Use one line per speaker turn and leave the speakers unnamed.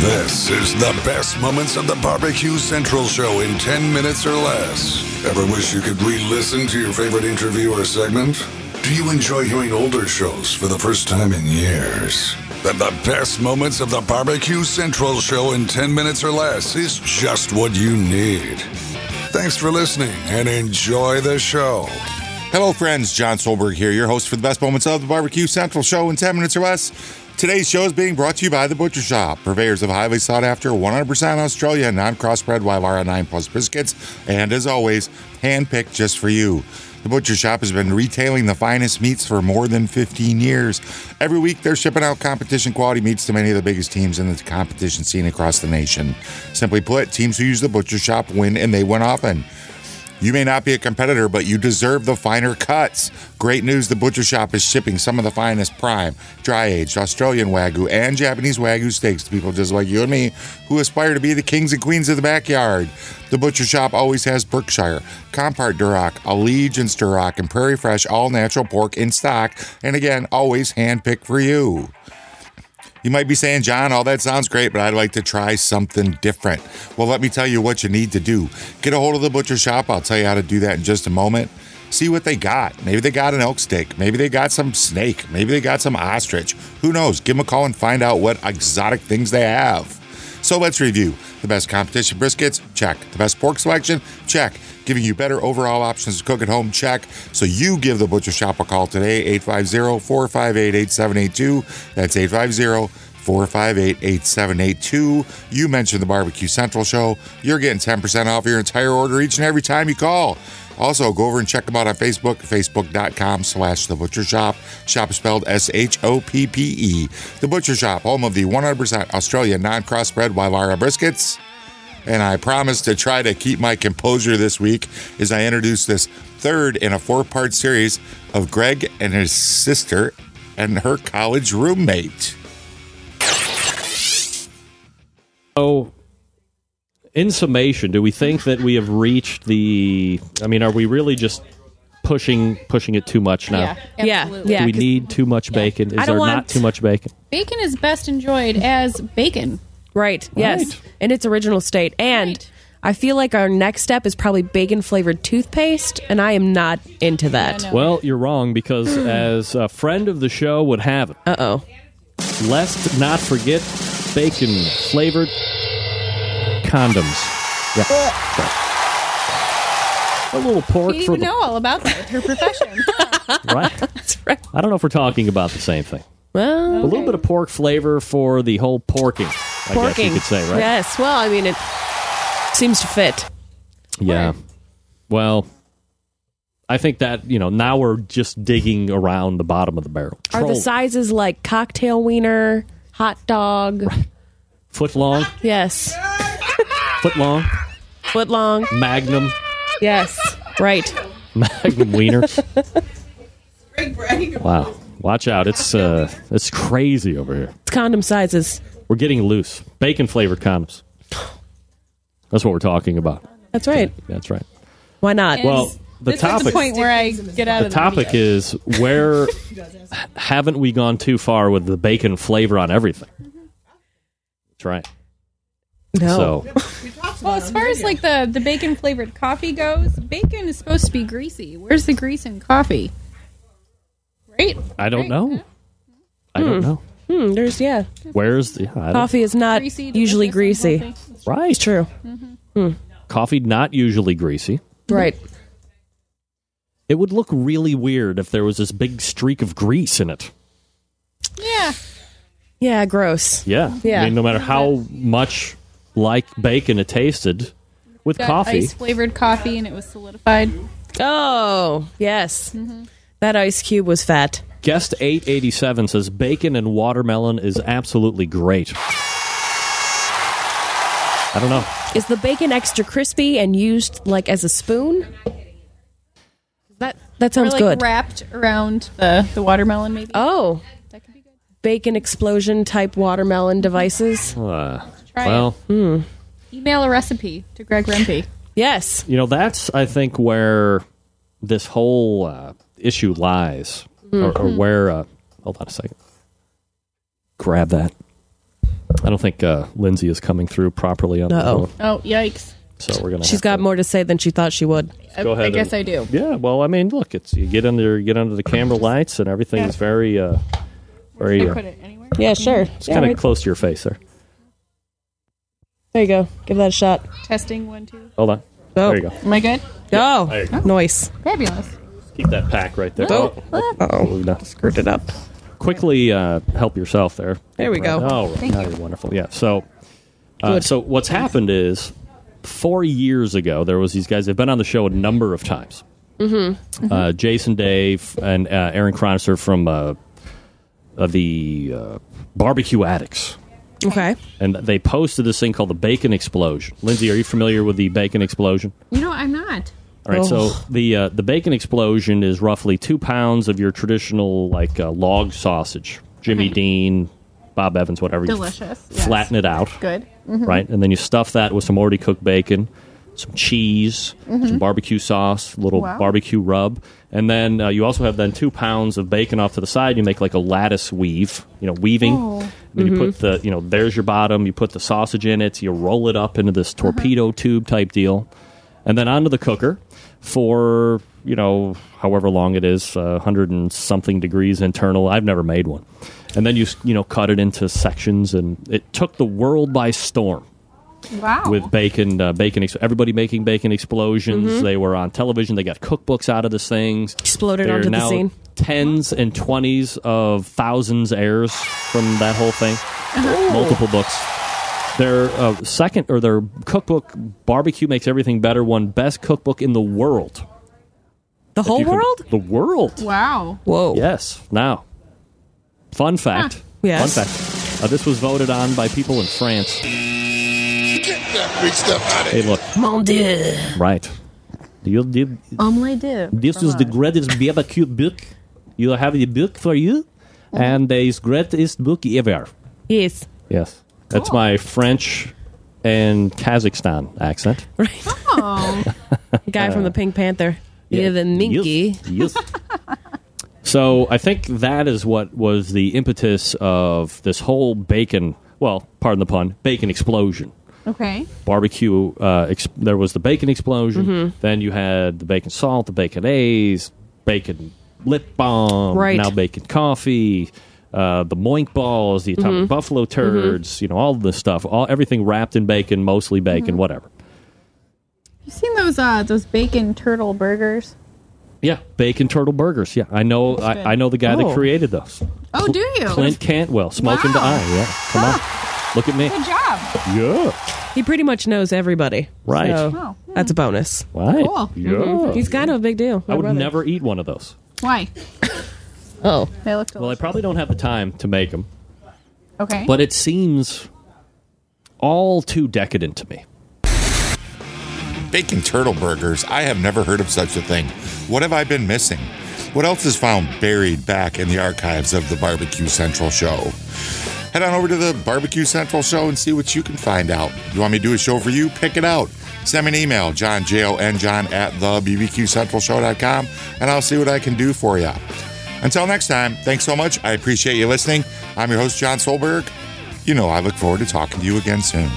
This is the best moments of the Barbecue Central show in 10 minutes or less. Ever wish you could re listen to your favorite interview or segment? Do you enjoy hearing older shows for the first time in years? Then the best moments of the Barbecue Central show in 10 minutes or less is just what you need. Thanks for listening and enjoy the show.
Hello, friends. John Solberg here, your host for the best moments of the Barbecue Central show in 10 minutes or less. Today's show is being brought to you by The Butcher Shop, purveyors of highly sought after 100% Australia non crossbred Wyvara 9 Plus briskets, and as always, handpicked just for you. The Butcher Shop has been retailing the finest meats for more than 15 years. Every week, they're shipping out competition quality meats to many of the biggest teams in the competition scene across the nation. Simply put, teams who use The Butcher Shop win and they win often. You may not be a competitor, but you deserve the finer cuts. Great news the Butcher Shop is shipping some of the finest prime, dry aged Australian Wagyu and Japanese Wagyu steaks to people just like you and me who aspire to be the kings and queens of the backyard. The Butcher Shop always has Berkshire, Compart Duroc, Allegiance Duroc, and Prairie Fresh all natural pork in stock, and again, always hand picked for you. You might be saying, John, all that sounds great, but I'd like to try something different. Well, let me tell you what you need to do. Get a hold of the butcher shop. I'll tell you how to do that in just a moment. See what they got. Maybe they got an elk steak. Maybe they got some snake. Maybe they got some ostrich. Who knows? Give them a call and find out what exotic things they have. So let's review. The best competition briskets? Check. The best pork selection? Check. Giving you better overall options to cook at home? Check. So you give the Butcher Shop a call today, 850 458 8782. That's 850 458 8782. You mentioned the Barbecue Central show. You're getting 10% off your entire order each and every time you call. Also, go over and check them out on Facebook, facebook.com slash The Butcher Shop. Shop is spelled S-H-O-P-P-E. E. The Butcher Shop, home of the 100% Australian non-crossbred Wyvara briskets. And I promise to try to keep my composure this week as I introduce this third in a four-part series of Greg and his sister and her college roommate.
So, in summation, do we think that we have reached the? I mean, are we really just pushing pushing it too much now?
Yeah,
Yeah,
do we
'cause-
need too much bacon? Is
I
there
don't
not
want-
too much bacon?
Bacon is best enjoyed as bacon.
Right. Yes. In its original state. And
Right.
I feel like our next step is probably bacon flavored toothpaste, and I am not into that.
no.
Well, you're wrong because as a friend of the show would have it,
Uh oh.
lest not forget bacon flavored condoms. Yeah. A little pork
You
for
even
the
know all about that with her profession.
right.
That's right.
I don't know if we're talking about the same thing.
Well,
A little bit of pork flavor for the whole porking. I guess you
porking.
could say, right?
Yes. Well, I mean, it seems to fit.
Yeah. Well, I think that, you know, now we're just digging around the bottom of the barrel.
Are the
Troll,
sizes like cocktail wiener, hot dog?
foot long,
Yes.
foot long,
Foot long?
magnum,
Yes. Right.
magnum wiener. Wow. Watch out. It's uh it's crazy over here.
It's condom sizes.
We're getting loose. Bacon flavored condoms. That's what we're talking about.
That's right.
That's right.
Why not?
Well, the
this is the
topic
point where I get out
the
of
topic
video.
is where haven't we gone too far with the bacon flavor on everything? That's right.
no.
So
Well, as far as like the the bacon flavored coffee goes, bacon is supposed to be greasy. Where's the grease in coffee? Right?
I don't
Right?
know. I don't know.
Hmm, there's, yeah.
Where's the yeah, I don't-
Coffee is not
Greasy,
usually
delicious, and
greasy.
healthy.
right? Hmm.
It's true.
Coffee not usually greasy.
Right.
It would look really weird if there was this big streak of grease in it.
Yeah.
Yeah, gross.
Yeah.
Yeah.
I mean, no matter how much like bacon it tasted with coffee,
ice flavored coffee, and it was solidified.
Oh, yes.
Mm-hmm.
That ice cube was fat.
guest 887 says bacon and watermelon is absolutely great. I don't know.
Is the bacon extra crispy and used like as a spoon?
That
That sounds
like,
good.
Wrapped around the the watermelon, maybe.
oh,
That could be good.
bacon explosion type watermelon devices.
Uh,
Try
well,
Email a recipe to Greg Rempe.
Yes.
you know, that's I think where this whole uh, issue lies, or, or where. Uh, hold on a second. Grab that. I don't think uh, Lindsay is coming through properly on
Uh-oh.
the phone,
Oh, yikes.
so we're gonna.
She's
have
got
to-
more to say than she thought she would.
Go
I,
ahead
I guess
and-
I do.
Yeah, well, I mean, look, it's you get under you get under the camera lights and everything
Yeah.
is very uh, very
Can I
uh,
put it anywhere?
Yeah, sure.
it's kind of close to your face there.
There you go. Give that a shot.
Testing one, two.
Hold on,
Go.
there you go.
Am I good?
Go.
There you go.
Noise.
Fabulous.
Keep that pack right there.
Go.
Oh, no.
Screwed it up.
Quickly uh, help yourself there.
There we go.
Oh, right. now you're wonderful. Yeah. So, uh,
Good.
so what's happened is four years ago there was these guys. They've been on the show a number of times. Mm-hmm. Uh, Jason, Dave, and uh, Aaron Cronister from uh, uh, the uh, Barbecue Addicts,
Okay.
and they posted this thing called the Bacon Explosion. Lindsay, are you familiar with the Bacon Explosion?
You know, I'm not.
All right, so
Oh.
the uh, the bacon explosion is roughly two pounds of your traditional like uh, log sausage, Jimmy Dean, Bob Evans, whatever. You f-
Delicious, yes.
Flatten it out,
Good. Mm-hmm.
right, and then you stuff that with some already cooked bacon, some cheese,
Mm-hmm.
some barbecue sauce, a little
Wow.
barbecue rub, and then uh, you also have then two pounds of bacon off to the side. You make like a lattice weave, you know, weaving.
Oh.
Then you put the you know there's your bottom. You put the sausage in it. You roll it up into this
Uh-huh.
torpedo tube type deal and then onto the cooker for you know however long it is, uh, hundred and something degrees internal. I've never made one, and then you s- you know cut it into sections, and it took the world by storm
Wow.
with bacon uh, bacon. Ex- everybody making bacon explosions.
Mm-hmm.
They were on television. They got cookbooks out of this thing.
Exploded
There are
onto the
now
scene.
Tens and twenties of thousands heirs from that whole thing. Multiple books. Their uh, second or their cookbook, Barbecue Makes Everything Better, won Best Cookbook in the World.
The whole
You can-
world?
the world.
wow.
Whoa.
Yes. Now, fun fact.
Yes.
Fun fact. Uh, this was voted on by people in France.
Get that big stuff out of
Hey, look.
Mon Dieu.
Right. You did. This is the greatest barbecue book. You have the book for you,
Mm-hmm.
and the greatest book ever.
Yes.
Yes, that's my French and Kazakhstan accent.
Right.
Oh.
Guy from the Pink Panther. Yeah, the Minky.
Uh, Yes. yes. so I think that is what was the impetus of this whole bacon. Well, pardon the pun, bacon explosion.
okay.
barbecue. Uh, ex- there was the bacon explosion.
Mm-hmm.
Then you had the bacon salt, the bacon A's, bacon lip balm,
Right.
now bacon coffee, uh, the moink balls, the
Mm-hmm.
atomic buffalo turds. You know all this stuff, all everything wrapped in bacon, mostly
Mm-hmm.
bacon, whatever.
You seen those uh those bacon turtle burgers?
Yeah, bacon turtle burgers. Yeah, I know.
good.
I, I know the guy
Oh. Ah.
that created those.
Oh, do you?
Clint Cantwell, smoking the
Wow.
eye. Yeah, come on, look at me.
Good job.
Yeah,
He pretty much knows everybody.
Right.
So
Oh.
that's a bonus.
right.
Cool.
Yeah,
Mm-hmm. He's kind of a big deal.
I
My
would
brother.
never eat one of those.
Why?
Oh.
They look delicious.
Well, I probably don't have the time to make them.
okay.
but it seems all too decadent to me.
Bacon turtle burgers. I have never heard of such a thing. What have I been missing? What else is found buried back in the archives of the Barbecue Central show? Head on over to the Barbecue Central show and see what you can find out. You want me to do a show for you? Pick it out. Send me an email, John, J O N, John at the BBQCentralShow.com, and I'll see what I can do for you. Until next time, thanks so much. I appreciate you listening. I'm your host, John Solberg. You know, I look forward to talking to you again soon.